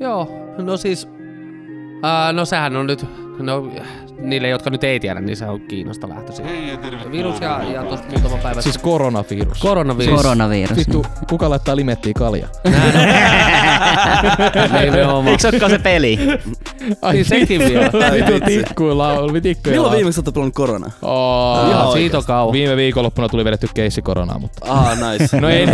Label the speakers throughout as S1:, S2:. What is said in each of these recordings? S1: Joo, no siis... Ää, no sehän on nyt... No, niille, jotka nyt ei tiedä, niin se on Kiinasta lähtöisin. Virus ja, ja tuosta muutama päivä.
S2: Siis koronavirus.
S1: koronavirus.
S3: Koronavirus.
S2: Vittu, kuka laittaa limettiin kalja?
S1: Nimenomaan.
S3: Eikö se olekaan se peli?
S1: Niin sekin vielä.
S2: Vittu tikkuilla on, tikkuilla
S4: Milloin viimeksi olette pelannut korona?
S2: Oh,
S1: Ihan
S4: Ihan
S1: siitä on kauan.
S2: viime viikonloppuna tuli vedetty keissi koronaa, mutta
S4: Ah, nice.
S2: No ei.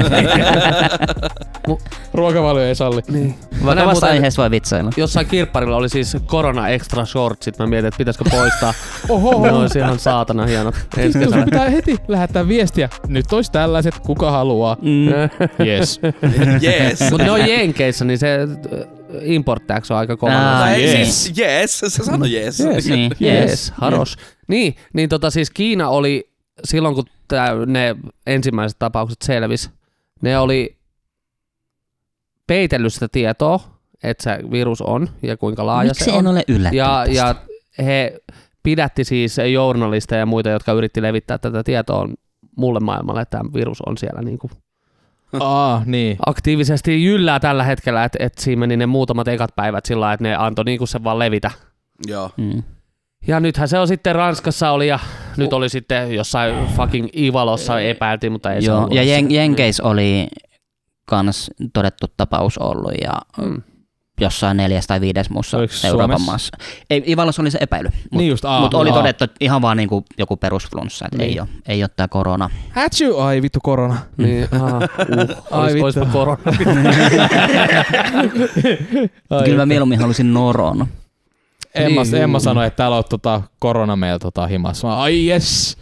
S1: Mu-
S2: ruokavalio ei salli. Niin.
S3: Vakavasta
S1: muuten-
S3: aiheesta vai vitsailla?
S1: Jossain kirpparilla oli siis korona extra shortsit. Mä mietin, että pitäisikö poistaa.
S2: Oho.
S1: Ne olisi ihan saatana hienot. Ensi
S2: Vittu,
S1: kesänä.
S2: sun pitää heti lähettää viestiä. Nyt ois tällaiset, kuka haluaa. Yes.
S4: Yes.
S1: Mutta ne on Jenkeissä, niin se importtaaks on aika kova.
S3: Aa,
S4: Tai
S2: yes.
S4: yes. siis yes, se sanoi yes.
S3: Ah, Niin.
S1: Yes, haros. Niin, niin tota siis Kiina oli silloin, kun tää, ne ensimmäiset tapaukset selvis, ne oli peitellyt sitä tietoa, että se virus on ja kuinka laaja
S3: Miksi
S1: se on.
S3: en ole
S1: ja,
S3: yllättynyt
S1: ja he pidätti siis journalisteja ja muita, jotka yritti levittää tätä tietoa muulle maailmalle, että tämä virus on siellä niin kuin
S2: Aa, niin.
S1: aktiivisesti jyllää tällä hetkellä, että, että siinä meni ne muutamat ekat päivät sillä lailla, että ne antoi niin kuin sen vaan levitä.
S4: Joo.
S3: Mm.
S1: Ja nythän se on sitten Ranskassa oli ja nyt oli sitten jossain fucking Ivalossa epäiltiin, mutta ei se
S3: Joo,
S1: ollut.
S3: ja jen, Jenkeis oli kans todettu tapaus ollut ja
S1: Mm.
S3: jossain neljäs tai viides muussa
S2: Oliko
S3: Euroopan
S2: Suomessa?
S3: maassa. Ei, Ivalossa oli se epäily, mutta
S2: Niin just, aa.
S3: mut oli
S2: aa.
S3: todettu että ihan vaan niinku joku perusflunssa, että
S1: Niin.
S3: ei, ole, ei ole tää korona.
S2: Hätsy, ai vittu korona.
S1: Niin, aha, uh,
S2: Ai
S1: olis,
S2: vittu.
S1: olispa korona.
S2: Ai
S3: Kyllä mä
S2: vittu.
S3: mieluummin halusin noron.
S2: Emma,
S1: Niin.
S2: Emma sanoi, että täällä on tota, korona meillä tota, himassa. Mä, ai yes.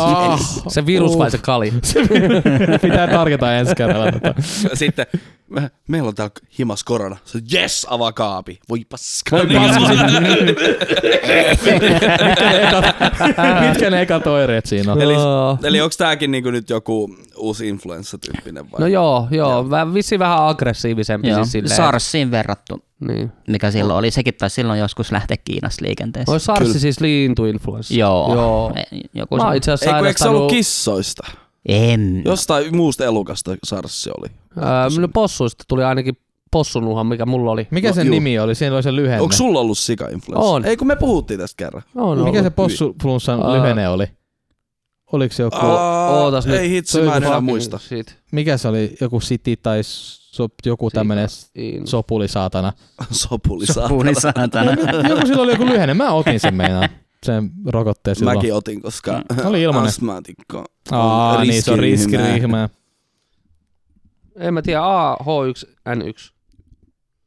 S2: Ah,
S1: Se virus vai se kali?
S2: pitää tarketa ensi kerralla. Tota.
S4: Sitten me- meillä on täällä himas korona. Se on yes, avaa kaapi. Voi paska.
S2: Mitkä ne ekat oireet siinä on?
S4: Eli, eli onks tääkin niinku nyt joku uusi influenssatyyppinen vai?
S1: No joo, joo. Vä, vissi vähän aggressiivisempi
S3: Joo.
S1: siis silleen.
S3: SARSiin verrattu,
S1: Niin.
S3: mikä silloin oli. Sekin taisi silloin joskus lähteä Kiinasta liikenteessä.
S1: Oi SARS
S4: Kyllä.
S1: siis liintuinfluenssa.
S3: Joo.
S1: joo.
S3: Ei, Joku
S1: Mä oon
S3: se-
S1: itse asiassa
S4: Ei kun eikö se ollut
S1: sairastanut
S4: kissoista?
S3: En.
S4: Jostain muusta elukasta SARS se oli.
S1: öö, no possuista tuli ainakin possunuha, mikä mulla oli.
S2: Mikä
S4: No,
S2: sen
S4: juu.
S2: nimi oli? Siinä oli se lyhenne.
S4: Onko sulla ollut sikainfluenssa?
S1: On.
S4: Ei kun me puhuttiin tästä kerran.
S1: No,
S2: Mikä se possuflunssan
S1: Aa.
S2: lyhenne oli? Oliko se joku,
S4: Aa,
S1: ootas nyt.
S4: Ei hitsi,
S2: Toi
S4: mä
S2: on
S4: en enää
S2: fucking-
S4: muista.
S1: Sit,
S2: mikä se oli? Joku city tai sop, joku tämmönen
S1: in.
S2: sopulisaatana.
S4: Sopuli saatana.
S3: Puhulin saatana.
S2: Joku sillä oli joku lyhenne. Mä otin sen meinaan. Sen rokotteen silloin. Mm.
S4: Mäkin otin, koska
S2: Oli ilmanen.
S4: astmaatikko on
S2: Aa, niin se on
S4: riskiryhmää.
S2: riskiryhmä.
S1: En mä tiedä, AH1N1.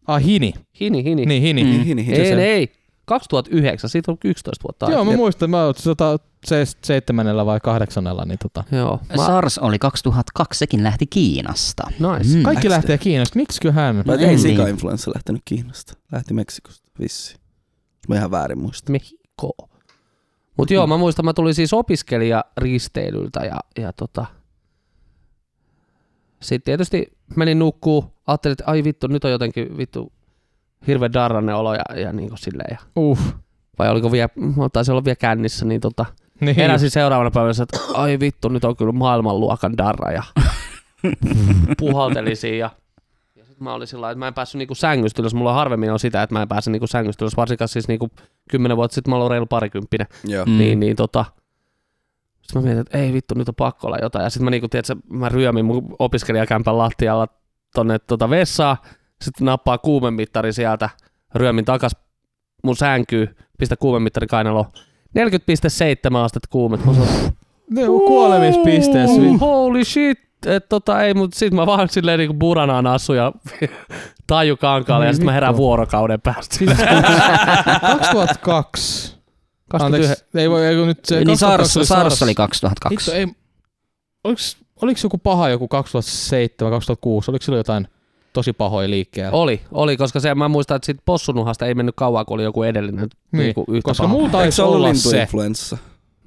S2: Ah, hini.
S1: Hini, hini.
S2: Niin, hini.
S3: Mm.
S4: Niin, niin,
S1: ei,
S4: se-
S1: ei. 2009, siitä on 11 vuotta.
S2: Joo,
S1: aikaa.
S2: mä muistan. Mä oon tota, se- seitsemännellä vai kahdeksannella. Niin tota.
S1: Joo. Mä,
S3: SARS oli 2002, sekin lähti Kiinasta.
S1: nice.
S3: Mm.
S2: Kaikki lähtee Kiinasta. Miksiköhän?
S4: Mä
S3: No
S4: ei
S3: ei
S4: sika-influenssa lähtenyt Kiinasta. Lähti Meksikosta, vissi. Mä ihan väärin muista.
S1: Mehiko. Mut joo, mä muistan, mä tulin siis opiskelijaristeilyltä ja, ja tota... Sitten tietysti menin nukkuu, ajattelin, että ai vittu, nyt on jotenkin vittu hirveä darranne olo ja, ja niin kuin silleen. Ja,
S2: Uh.
S1: vai oliko vielä, mä taisin olla vielä kännissä, niin tota,
S2: Niin.
S1: Heräsin seuraavana päivänä, että ai vittu, nyt on kyllä maailmanluokan darra ja puhaltelisin ja, ja sit mä olin sillä lailla, että mä en päässyt niinku sängystä ylös. Mulla harvemmin on sitä, että mä en pääse niinku sängystä ylös, varsinkaan siis niinku kymmenen vuotta sitten mä olin reilu parikymppinen.
S4: Joo.
S1: Mm. Niin, niin tota, sitten mä mietin, että ei vittu, nyt on pakko olla jotain. Ja sitten mä niinku, tiedätkö, mä ryömin mun opiskelijakämpän lattialla tonne tota vessaan, sitten nappaa kuumemittari sieltä, ryömin takas mun sänkyyn, pistä kuumemittari kainaloon. 40,7 astetta kuumet. Mä sanoin,
S2: Ne on kuolemispisteessä.
S1: "Ooh, Holy shit. Et tota, ei, mut sit mä vaan silleen niinku buranaan asu ja taju kankaalle ja sit mä herään vuorokauden päästä.
S2: Siis- 2002.
S1: 29.
S2: Anteeksi, ei voi, ei kun nyt se
S3: Niin SARS,
S2: 2002
S3: SARS, SARS oli 2002.
S2: Hitto, ei, oliks, oliks joku paha joku 2007, 2006, oliko silloin jotain tosi pahoja liikkeellä?
S1: Oli, oli, koska se, mä muistan, että siitä possunuhasta ei mennyt kauan, kun oli joku edellinen. Niin, niin kuin yhtä
S2: koska
S1: paha.
S2: mulla
S4: Eikö
S2: taisi
S4: se ollut
S2: olla se,
S4: lintuinfluenssa?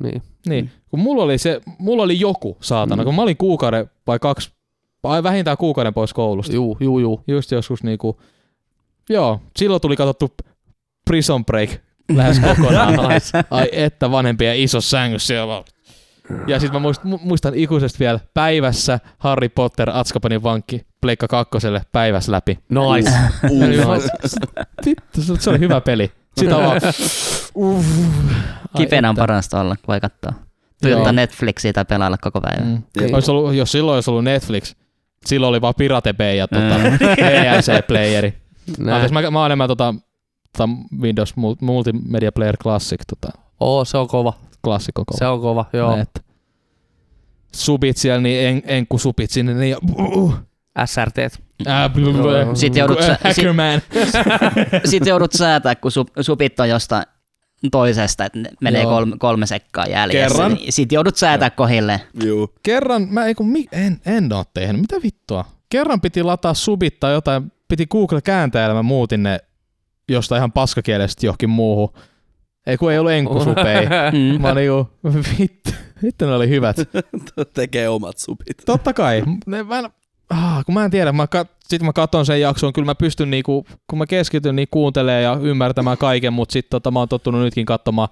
S1: Niin.
S2: niin, kun mulla oli se, mulla oli joku saatana, kun mä olin kuukauden vai kaksi, vai vähintään kuukauden pois koulusta.
S1: Juu, juu, juu.
S2: Just joskus niinku, joo, silloin tuli katsottu Prison Break lähes kokonaan. Ai että vanhempi ja iso sängyssä siellä vaan. Ja sitten mä muistan, muistan ikuisesti vielä päivässä Harry Potter Atskapanin vankki. Pleikka kakkoselle päivässä läpi.
S1: Nice.
S2: Eli mä oon, Vittu, se- se oli hyvä peli. Sitä on vaan... Uff. Ai
S3: Kipeänä on
S2: että.
S3: parasta olla, kun voi katsoa.
S2: Joo.
S3: Tuijottaa Netflixiä tai pelailla koko päivän. Mm.
S2: Mm. Olisi ollut, jos silloin olisi ollut Netflix, silloin oli vaan Pirate Bay ja tota,
S3: Mm.
S2: VLC-playeri.
S1: Nää.
S2: Anteeksi, mä, mä oon enemmän tota, tota Windows Mul- Multimedia Player Classic, tota,
S1: Oo, se on kova.
S2: klassikko.
S1: Se on kova, joo.
S2: Näin, että subit siellä, niin en, en kun subit sinne, niin ja, uh,
S1: SRT.
S2: äh, bl- bl-
S1: Joo.
S3: Sit joudut sä- sit-
S2: Hackerman.
S3: Sitten joudut säätää, kun sup, supit on jostain toisesta, että ne menee
S2: Joo.
S3: kolme, kolme sekkaa jäljessä.
S4: Kerran.
S3: Niin Sitten joudut säätää kohille.
S4: Juu.
S2: Kerran, mä ei kun, mi- en, en oo tehnyt, mitä vittua. Kerran piti lataa subit tai jotain, piti Google kääntäjällä, mä muutin ne jostain ihan paskakielestä johonkin muuhun. Ei kun ei ollut enkusupei.
S3: Mm.
S2: Mä niinku, vittu, vittu ne oli hyvät.
S4: Tekee omat supit.
S2: Totta kai. Ne, mä en, ah, kun mä en tiedä, mä kat, sit mä katon sen jakson, kyllä mä pystyn niinku, kun mä keskityn niin kuuntelemaan ja ymmärtämään kaiken, mutta sit tota, mä oon tottunut nytkin katsomaan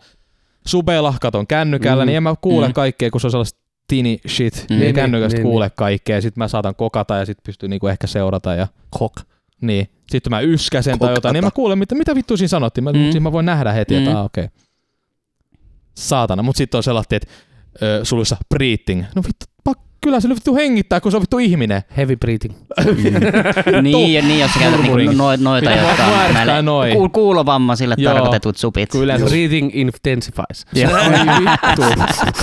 S2: subeilla, katon kännykällä,
S1: Mm.
S2: mm. niin en mä kuule
S3: Mm.
S2: mm. kaikkea, kun se on sellaista tini shit,
S3: Mm.
S2: mm.
S1: Niin,
S2: niin kännykästä
S1: niin,
S2: niin,
S1: niin.
S2: kuule niin. kaikkea, sit mä saatan kokata ja sit pystyy niinku ehkä seurata ja
S1: Kok.
S2: niin. Sitten mä yskäsen tai
S4: Kokata.
S2: jotain, niin mä kuulen, mitä, mitä vittu siinä sanottiin. Mä,
S3: Mm.
S2: mm. siinä mä voin nähdä heti, että
S3: Mm.
S2: mm. ah, okei. Okay. Saatana. Mutta sitten on sellainen, että ö, suluissa breathing. No vittu, pak, kyllä se nyt vittu hengittää, kun se on vittu ihminen.
S1: Heavy breathing.
S2: Mm.
S3: Niin, ja niin, jos sä käytät niinku
S2: Murmurin.
S3: no, noita,
S2: Pitää
S3: jotka
S2: vaan
S3: on
S2: vääristää
S3: näille
S2: noi.
S3: ku- kuulovammazille
S2: Joo.
S3: tarkoitetut supit.
S2: Kun yleensä
S1: Breathing intensifies.
S3: Joo.
S2: Ai vittu.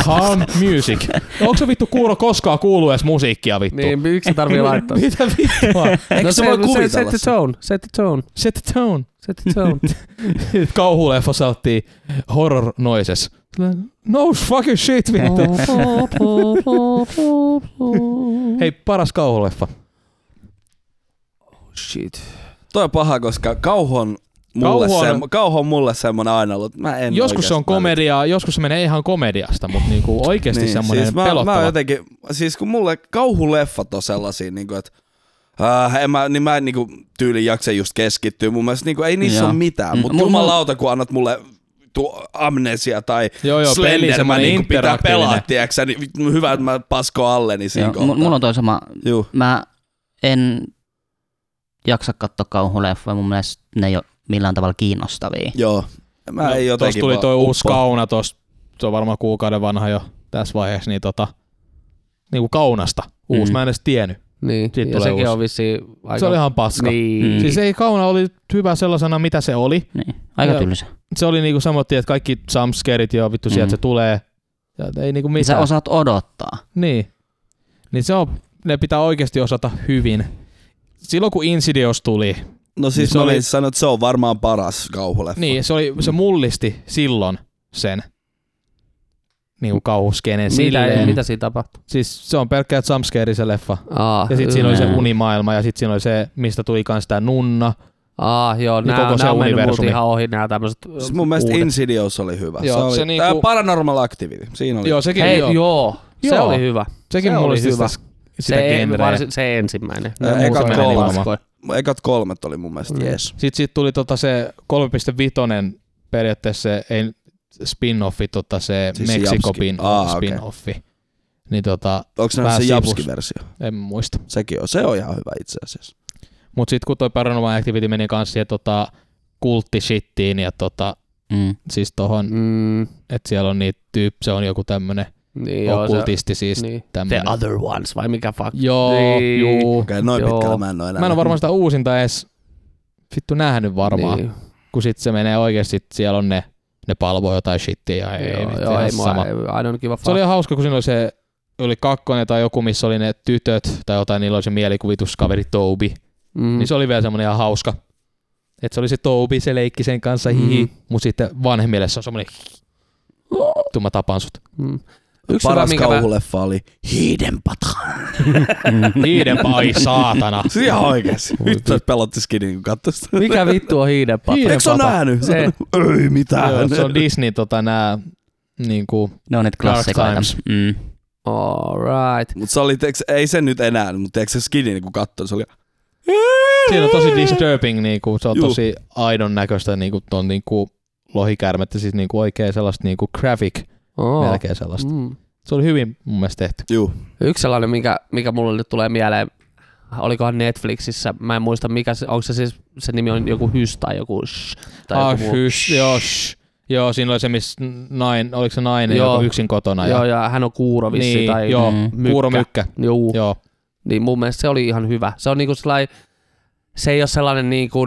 S2: Calm music. Onko se vittu kuuro koskaan kuuluu edes musiikkia vittu?
S1: Niin, miksi se tarvii laittaa? No
S2: Mitä vittua?
S4: Eikö se voi
S1: Set
S4: kuvitella
S1: the
S4: sen?
S1: tone, set the tone,
S2: Set the tone.
S1: set the tone.
S2: Kauhuleffa saattiin horror noises. No fucking shit vittu. Hei, paras kauhuleffa.
S1: Shit.
S4: Toi on paha, koska kauhu on mulle,
S2: Kauhu on-
S4: Sem- kauhu on mulle semmoinen aina ollut. Mä en
S2: Joskus se on
S4: oikeesti välitä.
S2: komediaa, joskus se menee ihan komediasta, mutta niinku oikeasti niin, semmoinen
S4: siis
S2: siis
S4: mä,
S2: pelottava.
S4: mä oon jotenkin, siis kun mulle kauhuleffat on sellaisia, niin kuin, että äh, en mä, niin mä en niin kuin, tyyli jaksa just keskittyä. Mun mielestä niin kuin, ei niissä
S3: Joo.
S4: ole mitään,
S3: Mm,
S4: mutta
S3: mul- mul-
S4: jumalauta kun annat mulle tu- amnesia tai
S2: Joo, joo, peli
S4: Slenderman,
S2: semmoinen
S4: niin kuin pitää
S2: interaktiivinen.
S4: pelaa, tiiäksä, niin vittu, hyvä, että mä pasko alleni siinä
S3: Joo,
S4: kohtaa.
S3: mul- Mulla on toi sama.
S4: Juu.
S3: Mä en jaksa katsoa kauhuleffoja, mun mielestä ne ei ole millään tavalla kiinnostavia.
S4: Joo. Mä
S2: No,
S4: ei
S2: Tuossa
S4: jotenkin
S2: tuli
S4: vaan
S2: toi uusi
S4: uppoa.
S2: kauna tossa, se on varmaan kuukauden vanha jo tässä vaiheessa, niin tota, niinku kaunasta. Uusi,
S3: Mm.
S2: mm. mä en edes tiennyt.
S1: Niin,
S2: Siitä
S1: ja
S2: tulee
S1: sekin
S2: uusi.
S1: on vissiin aika...
S2: Se oli ihan paska. Niin.
S1: Niin.
S3: Mm.
S2: Siis ei kauna oli hyvä sellaisena, mitä se oli.
S3: Niin, aika
S2: Joo.
S3: tylsä.
S2: Se oli niinku samoin, että kaikki jumpscareit ja vittu sieltä
S3: Mm. Niin
S2: se tulee. Ja ei niinku mitään.
S3: Sä osaat odottaa.
S2: Niin. Niin se on, ne pitää oikeasti osata hyvin. Silloin kun Insidious tuli,
S4: No siis
S2: Se
S4: mä
S2: oli-
S4: olin sanonut, että se on varmaan paras kauhuleffa.
S2: Niin, se, oli, se mullisti silloin sen niin kuin kauhuskenen
S1: Mitä,
S2: silleen.
S1: mitä siinä tapahtui?
S2: Siis se on pelkkää jumpscare se leffa.
S1: Aa,
S2: Ja sitten siinä oli se
S3: Mm.
S2: unimaailma ja sitten siinä oli se, mistä tuli kans tää nunna.
S1: Aa, Ah, joo,
S2: Niin
S1: nää,
S2: koko se
S1: nää on mennyt multa
S2: universumi.
S1: ihan ohi, nää tämmöset...
S4: Siis mun mielestä
S1: uudet.
S4: Uudet. Insidious oli hyvä.
S2: Joo,
S4: se oli,
S2: se
S4: se
S2: niinku-
S4: niinku... Paranormal Activity, siinä oli.
S2: Joo, sekin,
S1: Hei,
S2: joo,
S1: joo, joo, se
S2: Joo.
S1: oli hyvä.
S2: sekin
S1: se oli
S2: mullisti
S1: hyvä.
S2: sitä, sitä
S1: se, en,
S2: genreä.
S1: varsin, se ensimmäinen. Ne
S4: Ää,
S1: muut
S4: ekat
S1: meni
S4: kolme.
S1: paskoihin.
S4: Ekat kolmet oli mun mielestä
S2: Niin.
S1: Mm.
S4: jees.
S2: Sitten sit tuli tota se 3.5 periaatteessa se ei, spin-offi, tota se
S4: Siis
S2: siis
S4: se
S2: Meksikopin
S4: Japski. Aa, okei.
S2: spin-offi. Niin tota,
S4: Onks nähnyt
S2: Vähän
S4: se
S2: sivus.
S4: Japski-versio?
S2: en muista.
S4: Sekin on. Se on ihan hyvä itse asiassa.
S2: Mut sit kun toi Paranormal Activity meni kans siihen tota, kulttishittiin ja tota,
S3: Mm.
S2: siis tohon,
S1: Mm,
S2: että siellä on niitä tyyp, se on joku tämmönen
S1: niin,
S2: Joo,
S1: joo, se,
S2: okkultisti siis
S1: niin. The
S2: tämmönen.
S1: other ones, vai mikä fuck?
S2: Joo,
S1: Niin.
S2: juu.
S4: Okei, noin
S1: Joo.
S4: pitkällä mä en oo enää.
S2: Mä en ole varmaan sitä uusinta edes vittu nähnyt varmaan, niin.
S1: Niin.
S2: kun sit se menee oikeesti, sit siellä on ne, ne palvoo jotain shittiä ja ei,
S1: Joo,
S2: vittu,
S1: joo,
S2: ihan
S1: ei mua,
S2: sama.
S1: ei, I don't give a fuck.
S2: Se oli ihan hauska, kun siinä oli se, oli kakkonen tai joku, missä oli ne tytöt tai jotain, niillä oli se mielikuvituskaveri Toby.
S1: mm.
S2: Niin se oli vielä semmonen ihan hauska. Et se oli se Toby, se leikki sen kanssa, hihi.
S1: Mm.
S2: Mm. Mut sitten vanhemmille se on semmonen, vittu mä tapaan sut.
S1: Mm.
S4: Yksi
S1: hyvä,
S4: Paras
S1: minkä mä-
S4: kauhuleffa oli Hidden Patran.
S1: Mm.
S2: Hiiden ai saatana.
S4: Se ihan oikeesti. Nyt taas pelotti skidin, kun katsoi sitä.
S1: Mikä vittu on hiidenpata?
S2: Hiidenpata.
S4: Eikö se ole nähnyt? Se on- Ei mitään.
S2: Joo, se on Disney tota nää niinku,
S3: Ne on niitä
S2: Dark
S3: klassikoita.
S2: Times.
S3: Mm.
S1: All right.
S4: Mut se oli, teeks, ei se nyt enää, mutta tiedätkö se skidin, kun katsoi, se oli...
S2: siinä on tosi disturbing niinku, se on
S4: Juu.
S2: tosi aidon näköistä niinku ton niinku lohikäärmettä, siis niinku oikein sellaista niinku graphic
S1: Oh.
S2: melkein sellaista.
S1: Mm.
S2: Se oli hyvin mun mielestä tehty.
S4: Juu.
S1: Yksi sellainen, mikä, mikä mulle nyt tulee mieleen, olikohan Netflixissä, mä en muista mikä se, onko se siis, se nimi on joku Hys tai joku Shh, tai
S2: Ah,
S1: joku muu.
S2: hyys, joo, shh. Joo, siinä oli se, missä nain, oliko se nainen,
S1: Joo.
S2: joka on yksin kotona.
S1: Joo,
S2: ja,
S1: ja hän on kuuro vissi
S2: niin,
S1: tai
S2: joo,
S3: Mm.
S1: mykkä.
S2: Kuuro Mykkä.
S1: Juu,
S2: Joo.
S1: niin mun mielestä se oli ihan hyvä. Se on niinku sellainen, se ei ole sellainen niinku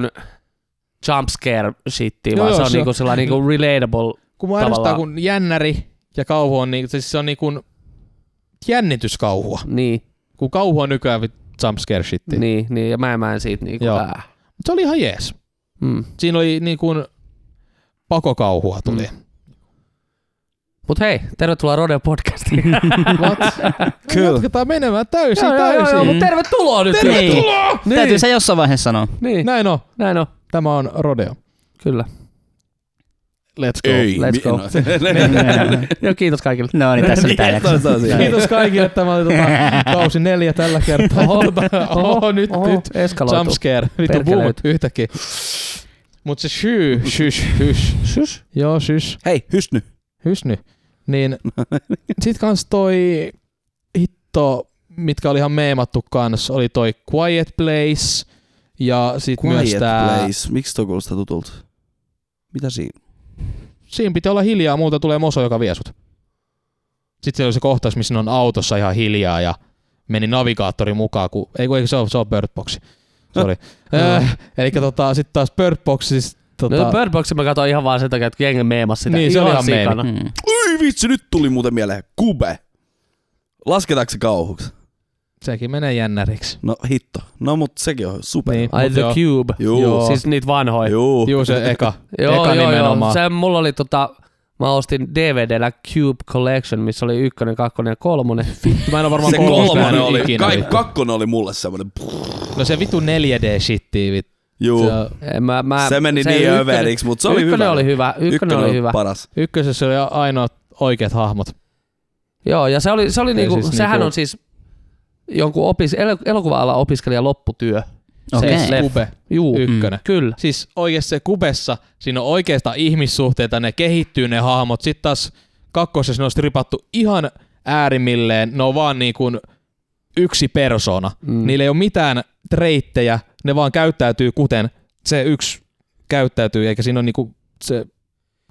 S1: jumpscare shitti,
S2: Joo,
S1: vaan
S2: joo,
S1: se on
S2: se
S1: niinku
S2: on-
S1: sellainen niinku relatable.
S2: Kun mä ärsyttää,
S1: Tavallaan-
S2: kun jännäri ja kauhu on, niin, siis se on niin kuin jännityskauhua.
S1: Niin,
S2: Kun kauhu on nykyään vit- jumpscare shitti.
S1: niin, niin, ja mä en, mä en siitä niinku
S2: Joo.
S1: äh.
S2: Mut Se oli ihan jees.
S1: Mm.
S2: Siinä oli niin kuin pakokauhua tuli. Mm.
S1: Mut hei, tervetuloa Rode podcastiin.
S2: What?
S4: Kyllä.
S2: Jatketaan menemään täysin,
S1: joo, joo,
S2: täysin.
S1: joo, joo, mut
S3: Mm.
S1: tervetuloa nyt.
S3: Tervetuloa!
S1: Niin,
S3: Täytyy se jossain vaiheessa sanoa.
S1: niin,
S2: Näin on.
S1: näin on,
S2: Tämä on Rodeo.
S1: kyllä.
S2: Let's go.
S4: Ei, no,
S1: Let's go.
S3: Niin.
S1: Joo, kiitos kaikille.
S3: no niin, tässä oli tämä jakso.
S2: Kiitos kaikille. Tämä oli tota, kausi neljä tällä kertaa. Oho, tota, oho, nyt, oho. nyt.
S1: Eskaloitu.
S2: Jumpscare. Vittu
S1: Perkeleet.
S2: boomit yhtäkkiä. Mut se syy, sys, hys.
S1: Sys.
S2: Joo, sys,
S4: Hei, hysny.
S2: hys nyt. Niin sit kans toi hitto, mitkä oli ihan meemattu kans, oli toi Quiet Place. Ja sit myös
S4: Quiet
S2: tää...
S4: place. Miksi toi kuulostaa tutulta? Mitä siinä?
S2: siinä pitää olla hiljaa, muuta tulee moso, joka vie sut. Sitten siellä oli se kohtaus, missä ne on autossa ihan hiljaa ja meni navigaattori mukaan, kun, ei kun ei, se on, se on Bird Box. Sorry. äh, eli tota, sitten taas Bird Box, siis, tota,
S1: No Bird Boxin mä katsoin ihan vaan sen takia, että jengi meemasi sitä.
S2: Niin, se oli ihan meemi.
S1: sikana.
S3: Mm.
S4: Oi vitsi, nyt tuli muuten mieleen. Kube. Lasketaanko se kauhuksi?
S2: sekin menee jännäriksi.
S4: No hitto. No mut sekin on super.
S2: Niin,
S1: Ai
S2: mut
S1: The
S2: joo.
S1: Cube.
S4: Juu.
S2: Joo.
S1: Siis niitä vanhoja.
S4: Juu.
S2: Juu, se eka.
S1: Joo,
S2: eka
S1: joo, joo.
S2: nimenomaan.
S1: Se, mulla oli tota, mä ostin DVDllä Cube Collection, missä oli ykkönen, kakkonen ja kolmonen.
S2: Vittu, mä en ole varmaan
S4: Se kolmonen
S2: nähnyt
S4: oli,
S2: ikinä,
S4: kai,
S2: vittu.
S4: kakkonen oli mulle semmonen.
S2: No se vittu 4D-shittii, vittu.
S4: Juu.
S2: Se on-
S1: En Mä, mä,
S4: Se meni niin
S1: ykkönen-
S4: överiksi, mut se oli
S1: ykkönen
S4: hyvä.
S1: Oli hyvä. Ykkönen, oli hyvä.
S4: paras.
S2: Ykkösessä oli ainoat oikeat hahmot.
S1: Joo, ja se oli, se oli
S2: Se
S1: niinku,
S2: siis
S1: sehän
S2: niinku-
S1: on siis jonkun opis, el- elokuva-alan opiskelijan lopputyö.
S3: Okei.
S1: Se leff-
S2: Kube,
S1: Juu,
S2: ykkönen.
S1: kyllä.
S2: Siis oikeasti se kubessa, siinä on oikeastaan ihmissuhteita, ne kehittyy ne hahmot. Sitten taas kakkosessa ne on stripattu ihan äärimmilleen, ne on vaan niin kuin yksi persona.
S1: Mm.
S2: Niillä ei ole mitään treittejä, ne vaan käyttäytyy kuten se yksi käyttäytyy, eikä siinä on niinku se,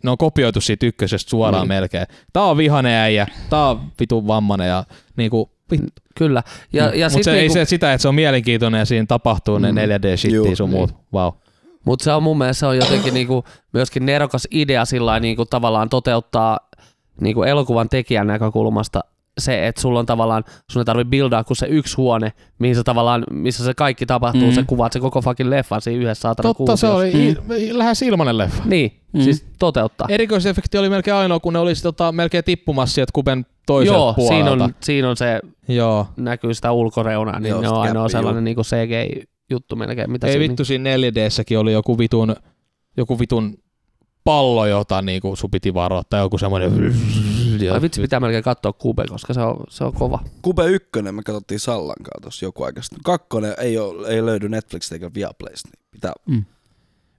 S2: ne on kopioitu siitä ykkösestä suoraan
S1: Mm.
S2: melkein. Tää on vihane äijä, tää on vitun vammanen ja niinku, vittu.
S1: Kyllä. Ja, ja sit
S2: Mutta Mm. se ei
S1: niinku,
S2: se sitä, että se on mielenkiintoinen ja siinä tapahtuu ne
S1: Mm. Niin.
S2: 4D-shittiä
S4: Juu.
S2: sun muut. Wow.
S1: Mutta se on mun mielestä se on jotenkin niinku myöskin nerokas idea sillä niinku tavallaan toteuttaa niinku elokuvan tekijän näkökulmasta se, että sulla on tavallaan, sun ei tarvi bildaa kuin se yksi huone, mihin se tavallaan, missä se kaikki tapahtuu,
S3: Mm.
S1: mm. se kuvaat se koko fucking leffan siinä yhdessä saatana
S2: Totta, se
S1: kuusiossa.
S2: oli mm. lähes ilmanen leffa.
S1: Niin,
S3: Mm.
S1: mm. siis toteuttaa.
S2: Erikoisefekti oli melkein ainoa, kun ne olisi tota, melkein tippumassa sieltä kuben toiselta
S1: Joo, siinä
S2: puolelta.
S1: on, siinä on se,
S2: Joo.
S1: näkyy sitä ulkoreunaa, niin
S4: Joo,
S1: ne
S4: se
S1: on ainoa
S4: käppi,
S1: sellainen niinku CGI-juttu melkein. Mitä
S2: Ei
S1: siinä-
S2: vittu, siinä 4Dssäkin oli joku vitun, joku vitun pallo, jota niinku sun piti varoa, tai joku semmoinen...
S1: niinku- Ai vitsi, pitää melkein katsoa Kube, koska se on, se on kova.
S4: Kube ykkönen me katsottiin Sallan kanssa tossa joku aika sitten. Kakkonen ei, ole, ei löydy Netflixistä eikä Viaplaysta, niin pitää,
S3: Mm.